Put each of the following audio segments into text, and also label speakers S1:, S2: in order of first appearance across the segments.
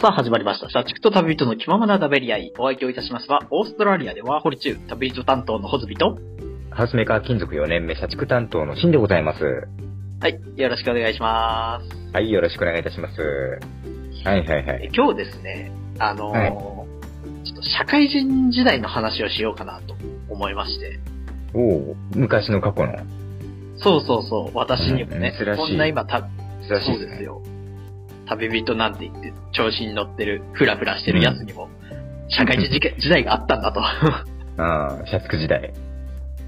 S1: さあ始まりました。社畜と旅人の気ままな食べり合い。お相手をいたしますは、オーストラリアでワーホリ中、旅人担当のホズビと、
S2: ハウスメーカー金属4年目社畜担当のシンでございます。
S1: はい、よろしくお願いします。
S2: はい、よろしくお願いいたします。はいはいは
S1: え
S2: い。
S1: 今日ですね、あのー
S2: はい
S1: ちょっと社会人時代の話をしようかなと思いまして。
S2: おお昔の過去の。
S1: そうそうそう、私にもね、
S2: うん珍しい
S1: こんな今た、
S2: 珍し
S1: そ
S2: いうです
S1: です
S2: ね。
S1: よ。旅人なんて言って、調子に乗ってる、ふらふらしてるやつにも、社会人時間時代があったんだと。
S2: ああ、社畜時代。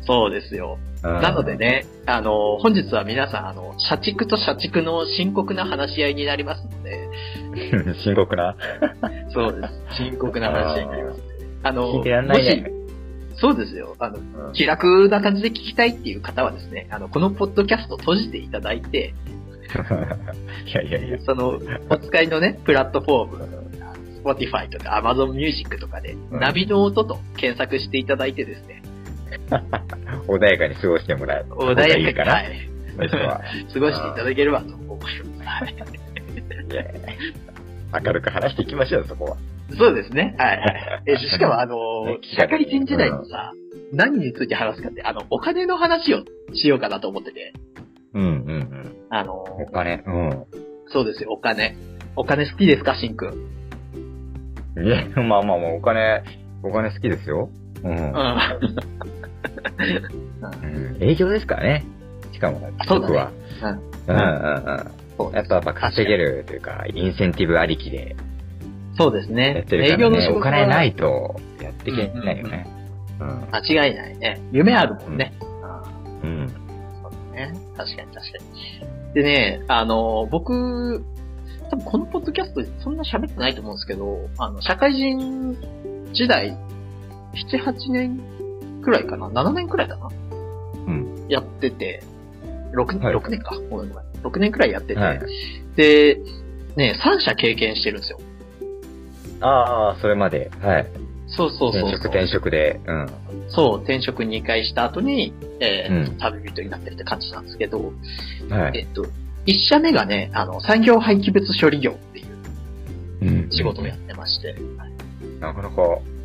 S1: そうですよ。な
S2: な
S1: ので。ね、あの、本日は皆さん、あの、社畜と社畜の深刻な話し合いになりますので、
S2: 深刻な。
S1: そうです。深刻な話し合いになりますので。あの、
S2: 聞いてやんないね。
S1: もし、そうですよ。あの、
S2: うん
S1: 気楽な感じで聞きたいっていう方はですね、あの、このポッドキャスト閉じていただいて、
S2: いやいやいや。
S1: その、お使いのね、プラットフォーム、Spotify とか Amazon Music とかで、
S2: うん
S1: ナビの音と検索していただいてですね、
S2: 穏やかに過ごしてもらえる。
S1: 穏やかに、
S2: いいか
S1: は
S2: な。
S1: い
S2: 私は。
S1: 過ごしていただければと思います。はい
S2: いやいや明るく話していきましょう、そこは。
S1: そうですね。はいはい。えしかも、あの
S2: ね、
S1: 社会人時代のさ、何について話すかって、あの、お金の話をしようかなと思ってて、
S2: うんうん
S1: あの、
S2: うん。お金。うん。
S1: そうですよ、お金。お金好きですか、しんくん。うん。
S2: いや、まあまあまあ、お金、お金好きですよ。うん。うん営業ですからね。しかも、
S1: そうだね
S2: 僕は。
S1: う
S2: うんんうん
S1: そう
S2: うん。やっぱ、やっぱ稼げるというか、インセンティブありきで
S1: そうです
S2: やっ
S1: ね。
S2: てる
S1: 営
S2: か
S1: 業
S2: ら
S1: の
S2: ね
S1: 仕、事
S2: お
S1: は
S2: 金ないとやっていけないよね。うん。
S1: 間違いないね。夢あるもんね。あ
S2: うん。
S1: ーそうだね。確かに確かに。でね、あの、僕、多分このポッドキャストでそんな喋ってないと思うんですけど、あの、社会人時代、7、8年くらいかな ?7 年くらいだな
S2: うん。
S1: やってて、6,
S2: はい
S1: 6年か。ごめんごめん。6年くらいやってて、
S2: はい
S1: で、ね、3社経験してるんですよ。
S2: ああ、それまで。はい。
S1: そうそうそう
S2: 転
S1: そう。
S2: 職転職で。うん。
S1: そう、転職2回した後に、えー
S2: うん
S1: 旅人になってるって感じなんですけど、
S2: は
S1: え
S2: い。
S1: っと、1社目がね、あの、産業廃棄物処理業っていう
S2: うん
S1: 仕事をやってまして、
S2: なかなか、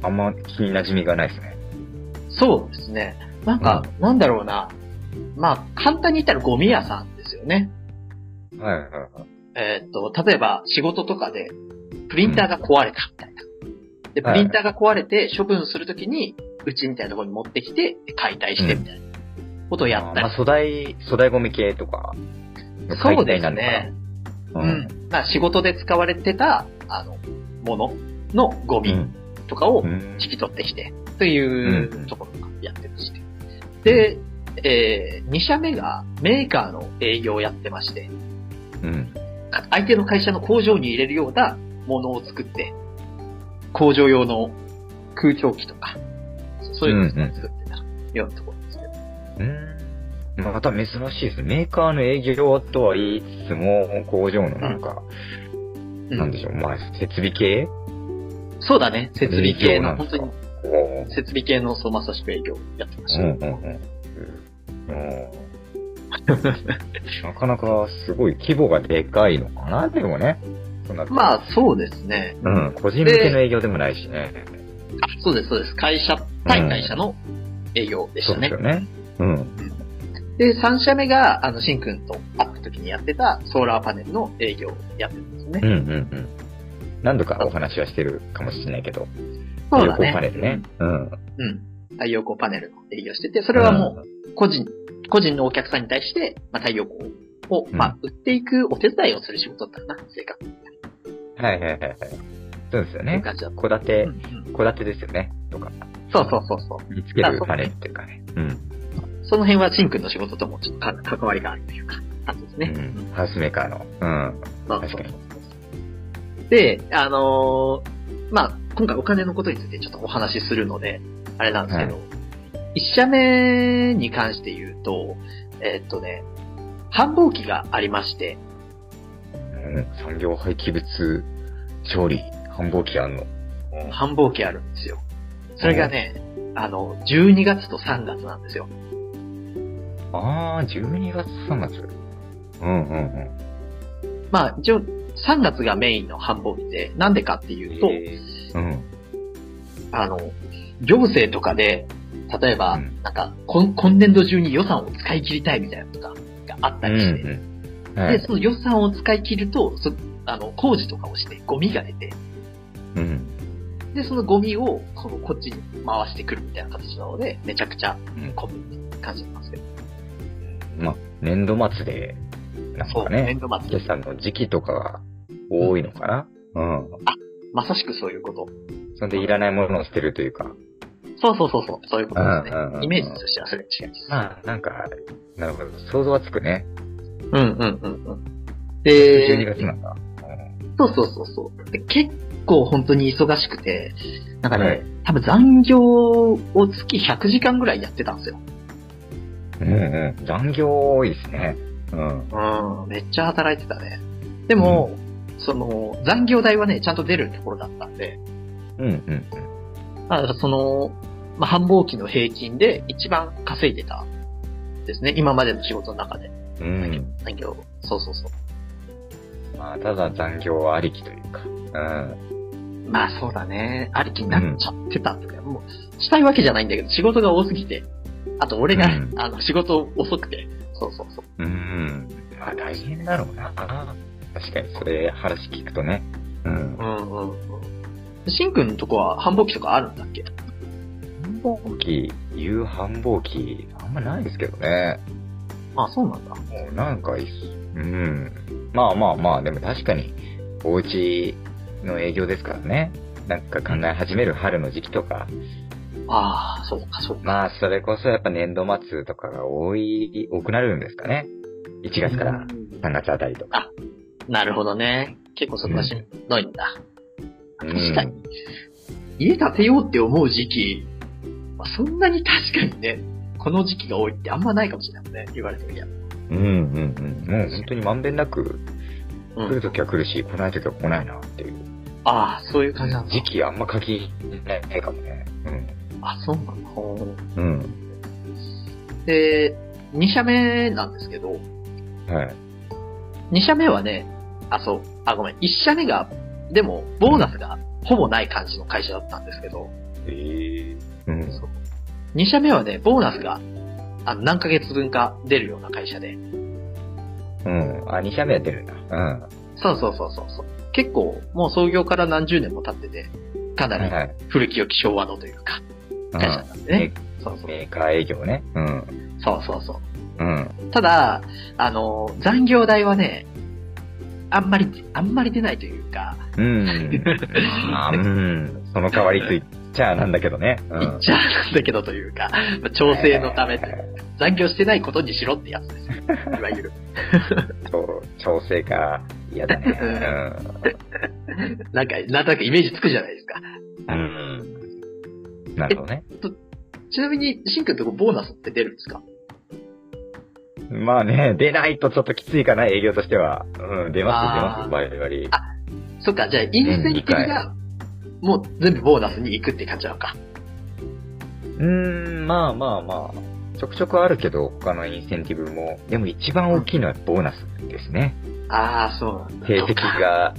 S2: あんま気に馴染みがないですね。
S1: そうですね。なんか、なんだろうな。まあ、簡単に言ったらゴミ屋さんですよね。
S2: はいはいはい。
S1: えーっと、例えば仕事とかで、プリンターが壊れたみたいな。で、プ
S2: はい
S1: リンターが壊れて処分するときに、うちみたいなところに持ってきて、解体してみたいなことをやったり
S2: まあ、。粗大、粗大ゴミ系とか。
S1: そうですね。
S2: う。
S1: うんん。まあ仕事で使われてた、あの、もののゴ
S2: う
S1: ミ
S2: ん。
S1: とかを
S2: うん
S1: 引き取ってきて、といううんところがやってまして。で、えー、2社目がメーカーの営業をやってまして、
S2: うん。
S1: か相手の会社の工場に入れるようなものを作って、工場用の空調機とか、そういうのを作ってたようなところですけど。
S2: うんまた珍しいですね。メーカーの営業とは言いつつも、工場のなんか、
S1: うん
S2: なんでしょう、まあ、設備系
S1: そうだね、設備系の、
S2: 営業なんで
S1: 本
S2: す
S1: 当
S2: か
S1: に
S2: おー
S1: 設備系のそうまさしく営業やってまし
S2: う
S1: た。
S2: んうんうん。うんなかなかすごい規模がでかいのかな、でもね。そんな
S1: まあそうですね。
S2: うん、個人向けの営業でもないしね。
S1: あ、そうです、そうです。会社、対会社の営業でし
S2: そう
S1: た
S2: です
S1: ね
S2: よ。ね。うん。
S1: で3社目が、あの、しんくんと会った時にやってたソーラーパネルの営業をやってるんです
S2: うん
S1: ね。
S2: うんうん。何度かお話はしてるかもしれないけど。
S1: そうだね。
S2: 旅行パネルね。うん。
S1: うん。太陽光パネルの営業してて、それはもう、個人、個人のお客さんに対して、まあ、太陽光を、
S2: うん
S1: まあ、売っていくお手伝いをする仕事だったかな、正確
S2: うん。はいはいはいはい。そうですよ
S1: な
S2: ね。
S1: 感じだった。
S2: 戸建て、
S1: うんうん
S2: 戸建てですよね。とか。
S1: そうそうそうそう。
S2: 見つけるパネルっていうかね。うん。
S1: その辺はしんくんの仕事ともちょっとか関わりがあるというか、感じですね。
S2: うんハウスメーカーの。うん。
S1: そうそう
S2: 確かに
S1: で、あのーまあ、今回お金のことについてちょっとお話しするので、あれなんですけど、一社目に関して言うと、えーっとね、繁忙期がありまして、
S2: うん産業廃棄物調理、繁忙期あんの。
S1: 繁忙期あるんですよ。それがね、あの、12月と3月なんですよ。
S2: あー、12月3月。うんうん
S1: まあ、一応、 3月がメインの繁忙期で、なんでかっていうと、
S2: うん。
S1: あの、行政とかで、例えば
S2: うん、
S1: なんか、今今年度中に予算を使い切りたいみたいなことがあった
S2: う
S1: りして、
S2: ん。うん。は
S1: で、
S2: い。
S1: その予算を使い切ると、そあの、工事とかをして、ゴミが出て、
S2: うん。
S1: で、そのゴミを、この、こっちに回してくるみたいな形なので、めちゃくちゃ
S2: うん
S1: 混むって感じなんですけど。
S2: まあ、年度末で、なん
S1: そう、
S2: かね
S1: 年、度末で
S2: 決
S1: す。
S2: 算の時期とかが多いのかな。うん。
S1: まさしくそういうこと。
S2: そんでいらないものを捨てるというか。
S1: そうそうそうそう、そういうことです
S2: うんうんうんうん
S1: ね。イメージとしてはそれに近いです。
S2: まあ、なんか、なるほど。想像はつくね。
S1: うんうんうんうん。
S2: 12
S1: で、
S2: 月なんだ。
S1: そうそうそうそう。で結構本当に忙しくて、なんかね、
S2: はい
S1: 多分残業を月100時間ぐらいやってたんですよ。
S2: うんうん。残業多いですね。うん。
S1: うん、めっちゃ働いてたね。でも、その、残業代はね、ちゃんと出るところだったんで、
S2: うんうん。
S1: まあ、その、まあ、繁忙期の平均で一番稼いでたですね。今までの仕事の中で。
S2: うん。
S1: 残業、そうそうそう。
S2: まあ、ただ残業ありきというか。うん。
S1: まあそうだね。ありきになっちゃってたとか、もう、したいわけじゃないんだけど、仕事が多すぎて。あと俺が、
S2: うん
S1: あの、仕事遅くて。そうそうそう。
S2: うん。まあ、大変だろうな。確かに、それ話聞くとね。うん。
S1: んうんうん。しんくんのとこは繁忙期とかあるんだっけ
S2: 繁忙期、夕繁忙期、あんまないですけどね。
S1: あ、そうなんだ。
S2: もうなんかいいっす。うん。まあまあまあ、でも確かに、お家の営業ですからね。なんか考え始める春の時期とか、
S1: ああ、そうか、そうか。
S2: まあそれこそやっぱ年度末とかが多い、多くなるんですかね。1月から
S1: うん
S2: 3月あたりとか。
S1: なるほどね。結構そこはしんどいんだ。
S2: うん
S1: 確かに。家建てようって思う時期、まあ、そんなに確かにね、この時期が多いってあんまないかもしれないね。言われてみりゃ。
S2: うんうんうん。もう本当にまんべんなく、
S1: う
S2: 来る
S1: ん。
S2: ときは来るし、来ないときは来ないなっていう。
S1: ああ、そういう感じなんだ。
S2: 時期あんま書きないかもね。
S1: あ、そうなんだ。ほう
S2: うん。うん。
S1: で、2社目なんですけど、
S2: はい。
S1: 2社目はね、あ、そう、あ、ごめん、1社目が、でも、ボーナスがほぼない感じの会社だったんですけど、
S2: ええうん。
S1: 2社目はね、ボーナスが、あの、何ヶ月分か出るような会社で、
S2: うん。あ、2社目やってるんだ。うん。
S1: そうそうそうそうそう。結構、もう創業から何十年も経ってて、かな
S2: はい
S1: り
S2: はい。
S1: 古き良き昭和のというか、
S2: う
S1: 会社
S2: ん
S1: なんでね。そうそう。
S2: メーカー営業ね。うん。
S1: そうそうそう。
S2: うん。
S1: ただ、あの、残業代はね、あんまり、あんまり出ないというか、
S2: うん。まあ、うん。その代わりと言っちゃなんだけどね。う
S1: 言っ
S2: ん。
S1: ちゃなんだけどというか、まあ調整のため、残業してないことにしろってやつですよ。いわゆる。
S2: そう、調整か、嫌だね。
S1: なんか、なんとなくイメージつくじゃないですか。
S2: うん。うん。なるほどね。
S1: ちなみに、シンくんとこボーナスって出るんですか
S2: まあね、出ないとちょっときついかな、営業としては。うん、出ま
S1: あー
S2: す、出ます、バリバリ。
S1: そっか、じゃあ、インセンティブが、もう全部ボーナスに行くって感じなのか。
S2: うん、まあまあまあ。ちょくちょくあるけど、他のインセンティブも。でも一番大きいのはボーナスですね。
S1: ああ、そうなんだ。
S2: 成
S1: そ
S2: 績
S1: っか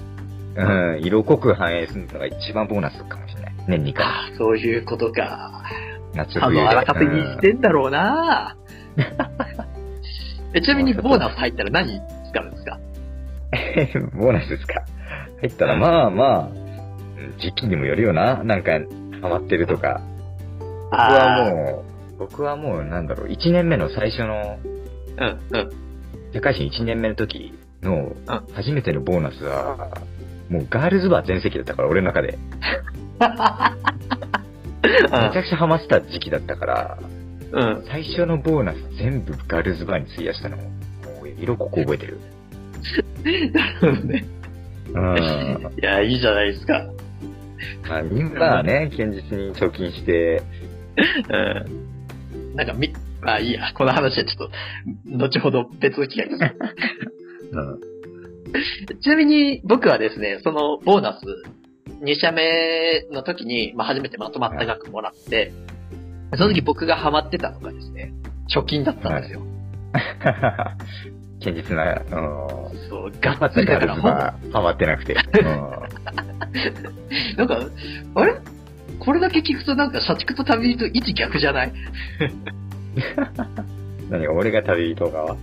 S2: が、うん、色濃く反映するのが一番ボーナスかもしれない。年2回。
S1: あーそういうことか。
S2: 夏
S1: あ
S2: 冬で。
S1: の、荒稼ぎし
S2: うん
S1: てんだろう なえちなみに、ボーナス入ったら何使うんですか
S2: え ボーナスですか。入ったら、まあまあ、時期にもよるよな。なんか、ハマってるとか。僕は
S1: う。
S2: もう、僕はもう、なんだろう、1年目の最初の、
S1: うん、うん。
S2: 社会人1年目の時の
S1: う、
S2: 初めてのボーナスは、もうガールズバー全席だったから、俺の中で。めちゃくちゃハマってた時期だったから、
S1: うん。
S2: 最初のボーナス全部ガールズバーに費やしたのも、もう色濃く覚えてる。
S1: なるほどね。
S2: うん。
S1: いや、いいじゃないですか。
S2: まあ、みんなはね、堅実に貯金して、
S1: うん。なんかみ、まあいいや、この話はちょっと、後ほど別の機会に。
S2: うん。
S1: ちなみに僕はですね、そのボーナス、2社目の時に、まあ初めてまとまった額もらって、その時僕がハマってたのがですね、貯金だったんですよ。
S2: 堅実な、うん。
S1: そう、
S2: ガ
S1: がっ
S2: ッ
S1: つ
S2: ツ
S1: りだ
S2: リや
S1: か
S2: る
S1: ら、
S2: ズ
S1: ほん
S2: バハマってなくて。う
S1: なんか、あれこれだけ聞くとなんか、社畜と旅人位置逆じゃない
S2: ん。何俺が旅人側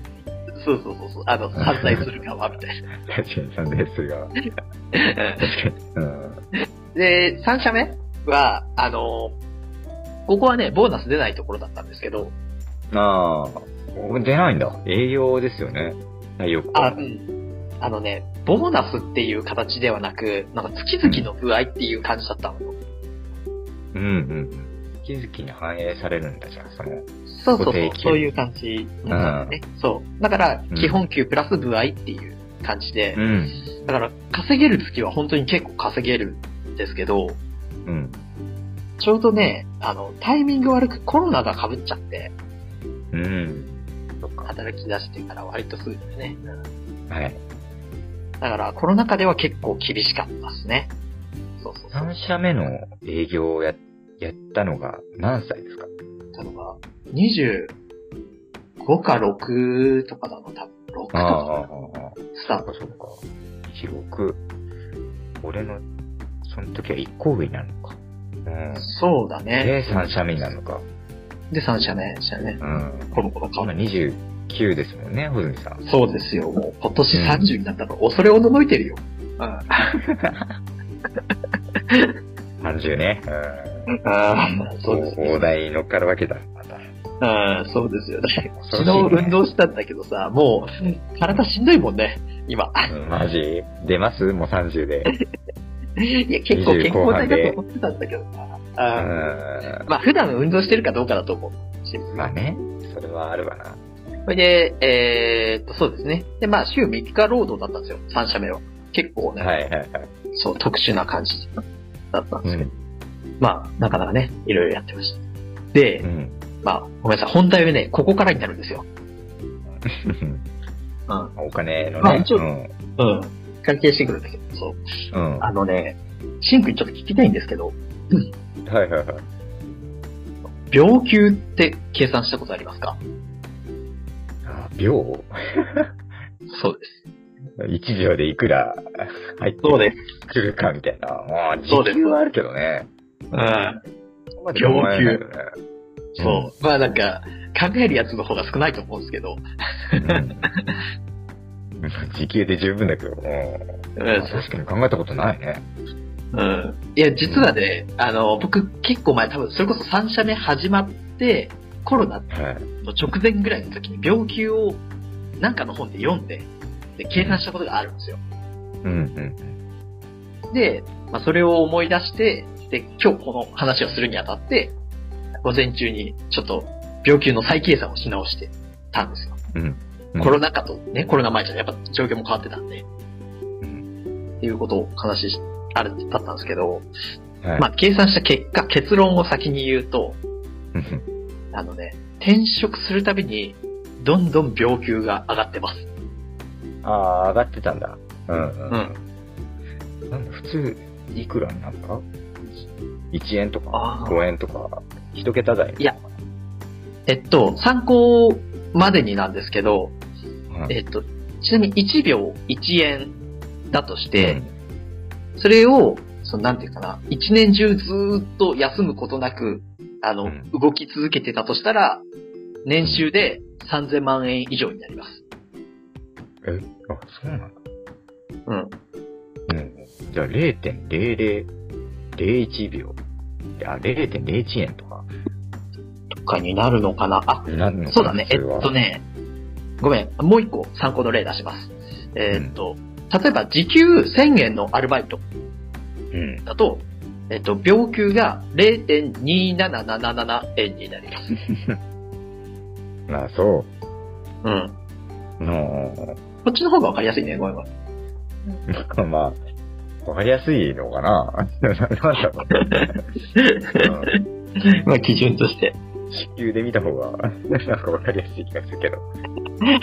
S1: そうそうそうそう、あの、反対する側みたい
S2: 確かに、サンデース側。確
S1: な。
S2: かに。うん。
S1: で、3社目は、あの、ここはね、ボーナス出ないところだったんですけど、
S2: ああ、出ないんだ。営業ですよね。太陽光。
S1: あ、うん。あのね、ボーナスっていう形ではなく、なんか月々の具合っていう感じだったの。
S2: うんうん。月々に反映されるんだじゃん、その。
S1: そうそうそ
S2: 固
S1: う
S2: 定、給
S1: そういう感じなんだよね。そう。だから
S2: うん、
S1: 基本給プラス部合っていう感じで
S2: う、ん。
S1: だから稼げる月は本当に結構稼げるんですけど、
S2: うん。
S1: ちょうどね、あの、タイミング悪くコロナが被っちゃって、
S2: うん。
S1: 働き出してから割とすぐでね。うん
S2: はい。
S1: だからコロナ禍では結構厳しかったですね。そうそうそう。
S2: 3社目の営業をや、やったのが何歳ですか
S1: たのが、25か6とかだの、多分6と
S2: あ
S1: か
S2: あ、
S1: スタ
S2: そ
S1: ー
S2: う
S1: ト。
S2: かそうか。26。俺の、その時は1個上になるのか。うん。
S1: そうだね。
S2: で、3社目になるのか。
S1: で、3社目でしたね
S2: う。ん。
S1: コロコロ変わ
S2: 今
S1: る。
S2: 29ですもんね、ほずみさん。
S1: そうですよ。もう今年
S2: うん
S1: 30になったから恐れおののいてるよ。うん。
S2: 30ね。うん。
S1: ああ、 そうですね。
S2: 大台に乗っかるわけだ。また。
S1: うん、そうですよね。
S2: 恐
S1: 昨
S2: ろしいね
S1: 日運動したんだけどさ、もう、体しんどいもんね、今。
S2: うんマジ出ますもう30で。
S1: いや、結構健康体だと思ってたんだけどな。
S2: う
S1: あ
S2: ん
S1: ー。まあ、普段運動してるかどうかだと思う。
S2: まあね、それはあるわな。
S1: それで、えーっと、そうですね。で、まあ、週3日労働だったんですよ、3社目は。結構ね、
S2: はいはいはい。
S1: そう、特殊な感じだったんですけど、
S2: う
S1: まあ、なかなかね、いろいろやってました。で、
S2: ん。
S1: まあ、ごめんなさい、本題はね、ここからになるんですよ。うん。
S2: お金 の
S1: まあ
S2: ね。
S1: 一応うん。関係してくるんだけど、そう。
S2: うん。うん。は
S1: あのね、シンクにちょっと聞きたいんですけど、
S2: いはいはい。
S1: 秒給って計算したことありますか
S2: あ、秒
S1: そうです。
S2: ?1 秒でいくら入って
S1: そうです。
S2: くるかみたいな。まあ、
S1: そうで
S2: 時
S1: す
S2: 給はあるけどね。
S1: うん。
S2: そこまで考えないよね。
S1: そう。まあなんか、考えるやつの方が少ないと思うんですけど、
S2: うん時給で十分だけ ど、う
S1: うん、
S2: ん確かに考えたことないね。
S1: うんいや、実はね、あの、僕結構前、多分それこそ3社目始まって、コロナ
S2: はい。
S1: の直前ぐらいの時に病気をなんかの本で読んで、で、計算したことがあるんですよ。
S2: うん
S1: で、まあ、それを思い出して、で、今日この話をするにあたって、午前中にちょっと病気の再計算をし直してたんですよ。
S2: うん。うん。うん
S1: コロナ禍とね、コロナ前じゃやっぱ状況も変わってたんで、
S2: うん
S1: っていうことを話し、ある、だったんですけど、
S2: はい。
S1: まあ、計算した結果、結論を先に言うと、
S2: うん
S1: あのね、転職するたびに、どんどん病給が上がってます。
S2: ああ、上がってたんだ。うんうん
S1: う
S2: うん。なんだ、普通、いくらになるか ?1 円とか
S1: あ、ー
S2: 5円とか、一桁台。
S1: いやえっと、参考までになんですけど、
S2: はい、
S1: えっと、ちなみに1秒1円だとして、それを、そのなんていうかな、1年中ずーっと休むことなく、あの、
S2: うん
S1: 動き続けてたとしたら、年収で3000万円以上になります。
S2: うん、え、あ、そうなんだ。
S1: うん。
S2: うん。じゃあ、0.0001秒。あ、0.01円とか、
S1: とかになるのかなあ、
S2: なるのかな
S1: そうだね。え
S2: れ
S1: っ
S2: は
S1: とね、ごめん。もう一個参考の例出します。えーっと、例えば時給1000円のアルバイト
S2: うん。
S1: だと、えっと、秒給が0.2777円になります。
S2: まあ、そ
S1: うん。
S2: う。の、
S1: こっちの方がわかりやすいね。ごめんごめん。
S2: まあ、わかりやすいのかな なんだろう。うん
S1: まあ、基準として。
S2: 地球で見た方が、 なんかわかりやすい気がするけど。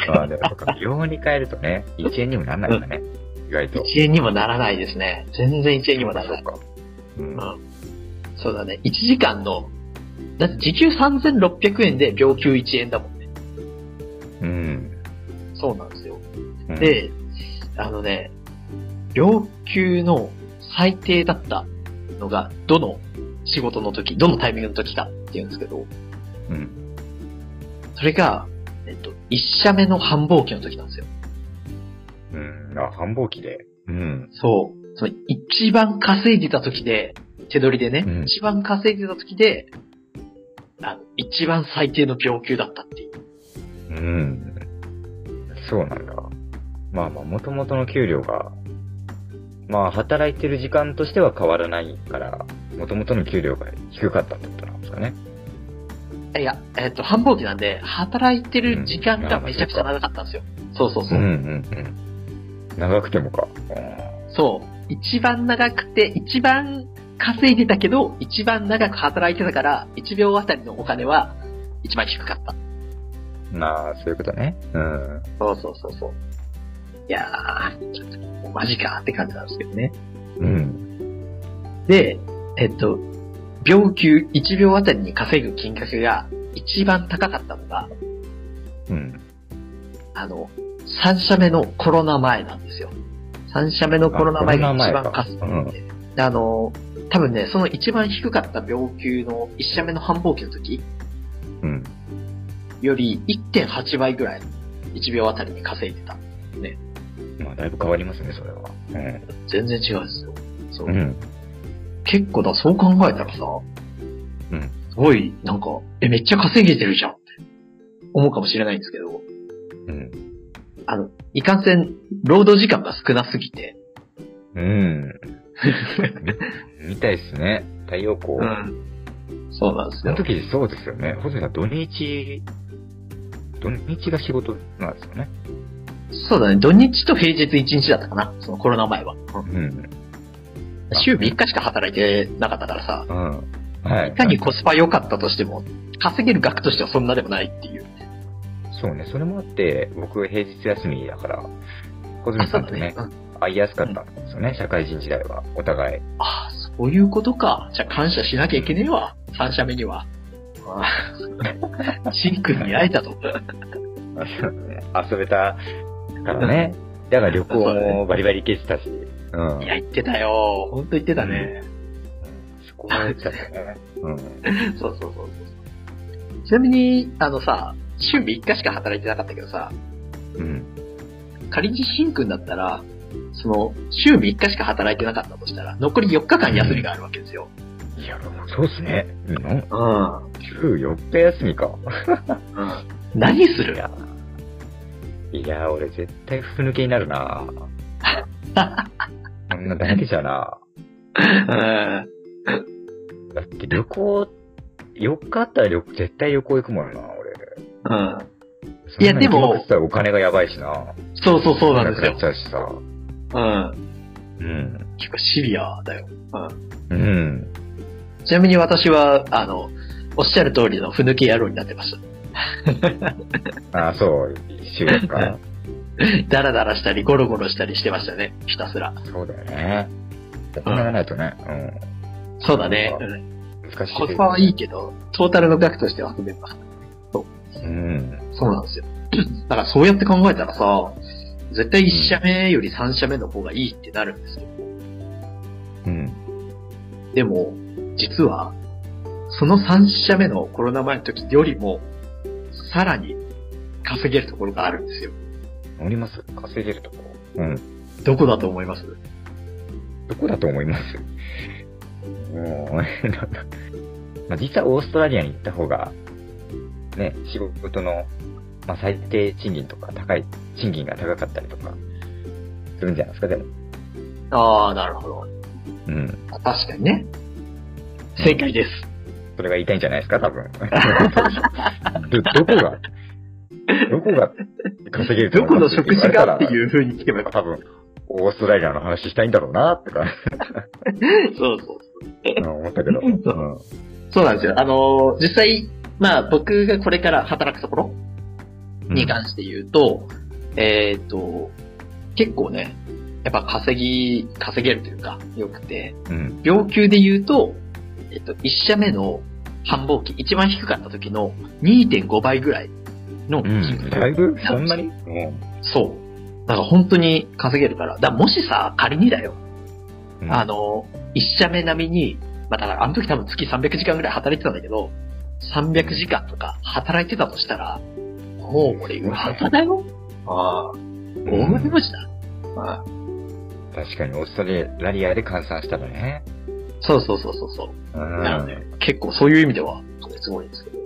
S2: まあ、でも、そっか秒に変えるとね、1円にもなんないんだね。意外と。
S1: 1円にもならないですね。全然1円にもなら
S2: そ
S1: な
S2: う
S1: い。
S2: か。うん。
S1: そうだね。1時間の、だって時給3600円で秒給1円だもんね。
S2: うん。
S1: そうなんですよ。
S2: うん、
S1: で、あのね、量級の最低だったのが、どの仕事の時、どのタイミングの時かっていうんですけど、
S2: うん。
S1: それが、えっと、一社目の繁忙期の時なんですよ。
S2: うん。あ、繁忙期で。うん。
S1: そう。その一番稼いでた時で、手取りでね、
S2: うん
S1: 一番稼いでた時で、あの、一番最低の病級だったっていう。
S2: うん。そうなんだ。まあまあ、もともとの給料が、まあ、働いてる時間としては変わらないから、もともとの給料が低かったってことなんですかね。
S1: いや、えっと、繁忙期なんで、働いてる時間がめちゃくちゃ長かったんですよ。そうそうそう。
S2: うんうん。長くてもか。
S1: そう。一番長くて、一番稼いでたけど、一番長く働いてたから、1秒あたりのお金は一番低かった。
S2: まあ、そういうことね。うん。
S1: そうそうそうそう。いやー、ちょっともうマジかって感じなんですけどね。
S2: うん。
S1: で、えっと、秒給1秒あたりに稼ぐ金額が一番高かったのが、
S2: うん。
S1: あの、3社目のコロナ前なんですよ。3社目のコロナ前が一
S2: あコロナ
S1: 番
S2: 前か
S1: 稼いで、であの、多分ね、その一番低かった秒給の1社目の繁忙期の時
S2: うん。
S1: より1.8倍ぐらい、1秒あたりに稼いでた。
S2: まあ、だいぶ変わりますね、それは。
S1: 全然違うんですよ。そう。
S2: うん。うん。
S1: 結構だ、そう考えたらさ、
S2: うん
S1: すごい、なんか、え、めっちゃ稼げてるじゃんって思うかもしれないんですけど、
S2: うん。
S1: あの、いかんせん、労働時間が少なすぎて、
S2: うん。 みたいですね。太陽光。
S1: ん。そうなんです
S2: その
S1: よ。
S2: 時そうですよね。ホテさん、土日、土日が仕事なんですよね。
S1: そうだね、土日と平日1日だったかな、そのコロナ前は。
S2: うん。
S1: 週3日しか働いてなかったからさ、
S2: うん。はい。
S1: いかにコスパ良かったとしても、稼げる額としてはそんなでもないっていう。
S2: そうね、それもあって、僕平日休みだから、小泉さんとね、
S1: うん
S2: 会いやすかったんですよね、社会人時代は、お互 い。
S1: ああ、そういうことか。じゃあ感謝しなきゃいけねえわ。三社目には。ああシンくんに会えたと。
S2: 遊べたからね。だから旅行もバリバリ行けてたし、うん
S1: い。や、言ってたよ。ほんと言ってたね。
S2: そこも行っちゃったね。うん。
S1: そうそうそうそう。ちなみに、あのさ、週3日しか働いてなかったけどさ、
S2: うん。
S1: 仮にシンくんだったら、その、週3日しか働いてなかったとしたら、残り4日間休みがあるわけですよ。
S2: いや、そうっすね。うん。
S1: うん。うん。
S2: 14日休みか。
S1: 何する
S2: いやいや、俺絶対ふぬけになるなそんなだけじゃな
S1: うん。
S2: だって旅行、4日あったら旅絶対旅行行くもんな、俺。
S1: うん。
S2: そんない
S1: やでも
S2: に決まってたらお金がやばいしな。
S1: そうそうそうなんです
S2: な
S1: よ
S2: く。なっちゃうしさ。
S1: うん。
S2: うん。
S1: 結構シビアだよ。
S2: うん。
S1: ちなみに私は、あの、おっしゃる通りのふぬけ野郎になってました。
S2: あ、そう、週4か。
S1: ダラダラしたり、ゴロゴロしたりしてましたね。ひたすら。
S2: そうだよね。お金がないとね、
S1: そうだね。
S2: う
S1: うん
S2: うん。難しい。
S1: コスパはいい。けど、トータルの額としては遊べます。
S2: うん。
S1: そうなんですよ。 だからそうやって考えたらさ、絶対1社目より3社目の方がいいってなるんですよ。
S2: うん。
S1: でも、実は、その3社目のコロナ前の時よりも、さらに稼げるところがあるんですよ。
S2: 乗ります稼げるとこ。うん。
S1: どこだと思います
S2: どこだと思いますもう、 なんかまあ、実はオーストラリアに行った方が、ね、仕事の、まあ、最低賃金とか高い、賃金が高かったりとか、するんじゃないですか、でも。
S1: ああ、なるほど。
S2: うん。
S1: 確かにね。正解です。
S2: それが言いたいんじゃないですか、多分。 どどこが、どこが稼げる
S1: どこの食事がって
S2: う。
S1: いう風に聞けばよかっ
S2: 多分、オーストラリアの話したいんだろうな、 とか、
S1: た。そうそう。
S2: うん思ったけど。うん
S1: そうなんですよ。あのー実際、まあ僕がこれから働くところに関して言うと、えっ、と、結構ね、やっぱ稼ぎ、稼げるというか、良くて、
S2: うん。
S1: 病給で言うと、えっ、と、1社目の繁忙期、一番低かった時の2.5倍ぐらいの
S2: うん。だいぶ、そんなにうん。
S1: そう。だから本当に稼げるから。だからもしさ、仮にだよ。
S2: うん
S1: あ、の、一社目並みに、まあ、だからあの時多分月300時間ぐらい働いてたんだけど、300時間とか働いてたとしたら、もう俺、うわだよ。ああ、
S2: う
S1: 大金
S2: ん
S1: 持ちだ。ああ
S2: 確かに、オーストラリアで換算したらね。
S1: そうそうそうそうそう。
S2: う
S1: なの
S2: ん。
S1: で、結構そういう意味では、すごいんですけど。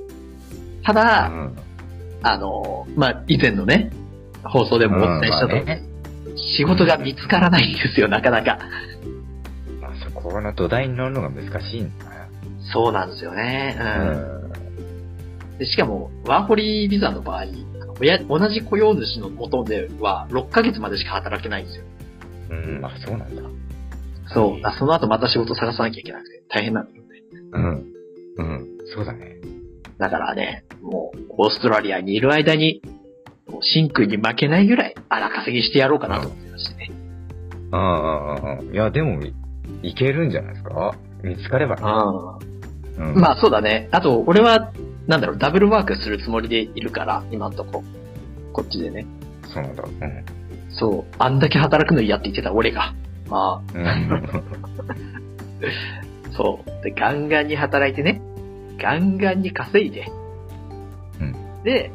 S1: ただ、
S2: うん
S1: あの、まあ、以前のね、放送でもお伝えしたと、
S2: うんまあね
S1: 仕事が見つからないんですよ、なかなか。
S2: まあ、そこの土台に乗るのが難しいんだな。
S1: そうなんですよね。う。
S2: うん
S1: でしかも、ワーホリビザの場合、親同じ雇用主の元では6ヶ月までしか働けないんですよ。
S2: ん。うん、あ、そうなんだ。
S1: そう。あその後また仕事探さなきゃいけなくて大変なんですよね。
S2: うん。うん。そうだね。
S1: だからね、もう、オーストラリアにいる間に、もう真空に負けないぐらい荒稼ぎしてやろうかなと思ってましてね。
S2: ああああ、いや、でも、いいけるんじゃないですか見つかればね。うん
S1: まあそうだね。あと、俺は、なんだろう、ダブルワークするつもりでいるから、今んとこ。こっちでね。
S2: そうなんだ。うん。
S1: そう。あんだけ働くの嫌って言ってた俺が。まあ、
S2: うん。
S1: そう。で、ガンガンに働いてね。ガンガンに稼いで。
S2: うん
S1: で、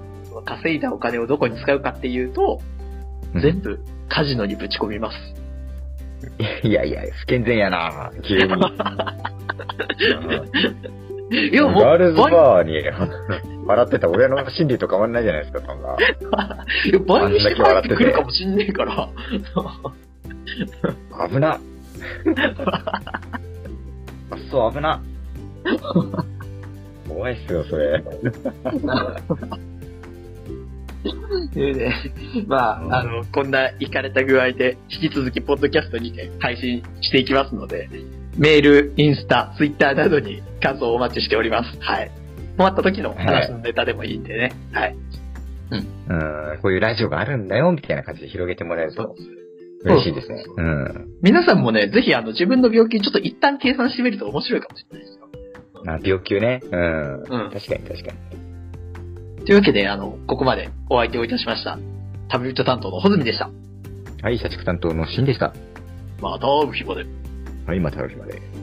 S1: 稼いだお金をどこに使うかっていうと、全部カジノにぶち込みます。
S2: いやいや、不健全やな急
S1: い
S2: に。
S1: や、
S2: ガ
S1: も
S2: ール
S1: う、
S2: ズ
S1: バイ
S2: バーに 笑ってた俺の心理と変わんないじゃないですか、そんな。
S1: いや倍にして帰ってくるかもしんねえから。
S2: 危な。あそう、危な。怖いっすよ、それ。
S1: でね、まあ、あの、こんなイかれた具合で、引き続き、ポッドキャストにて配信していきますので、メール、インスタ、ツイッターなどに感想をお待ちしております。はい。困った時の話のネタでもいいんでね。はい。
S2: うん、こういうラジオがあるんだよ、みたいな感じで広げてもらえると嬉しいですね。うん。
S1: 皆さんもね、ぜひ、あの、自分の病気、ちょっと一旦計算してみると面白いかもしれないですよ。
S2: まあ、病休ね。うん。
S1: うん
S2: 確かに確かに。
S1: というわけで、あの、ここまでお相手をいたしました。旅人担当の穂積でした。
S2: はい、社畜担当のシンでした。
S1: また会う日まで。
S2: はい、また会う日まで。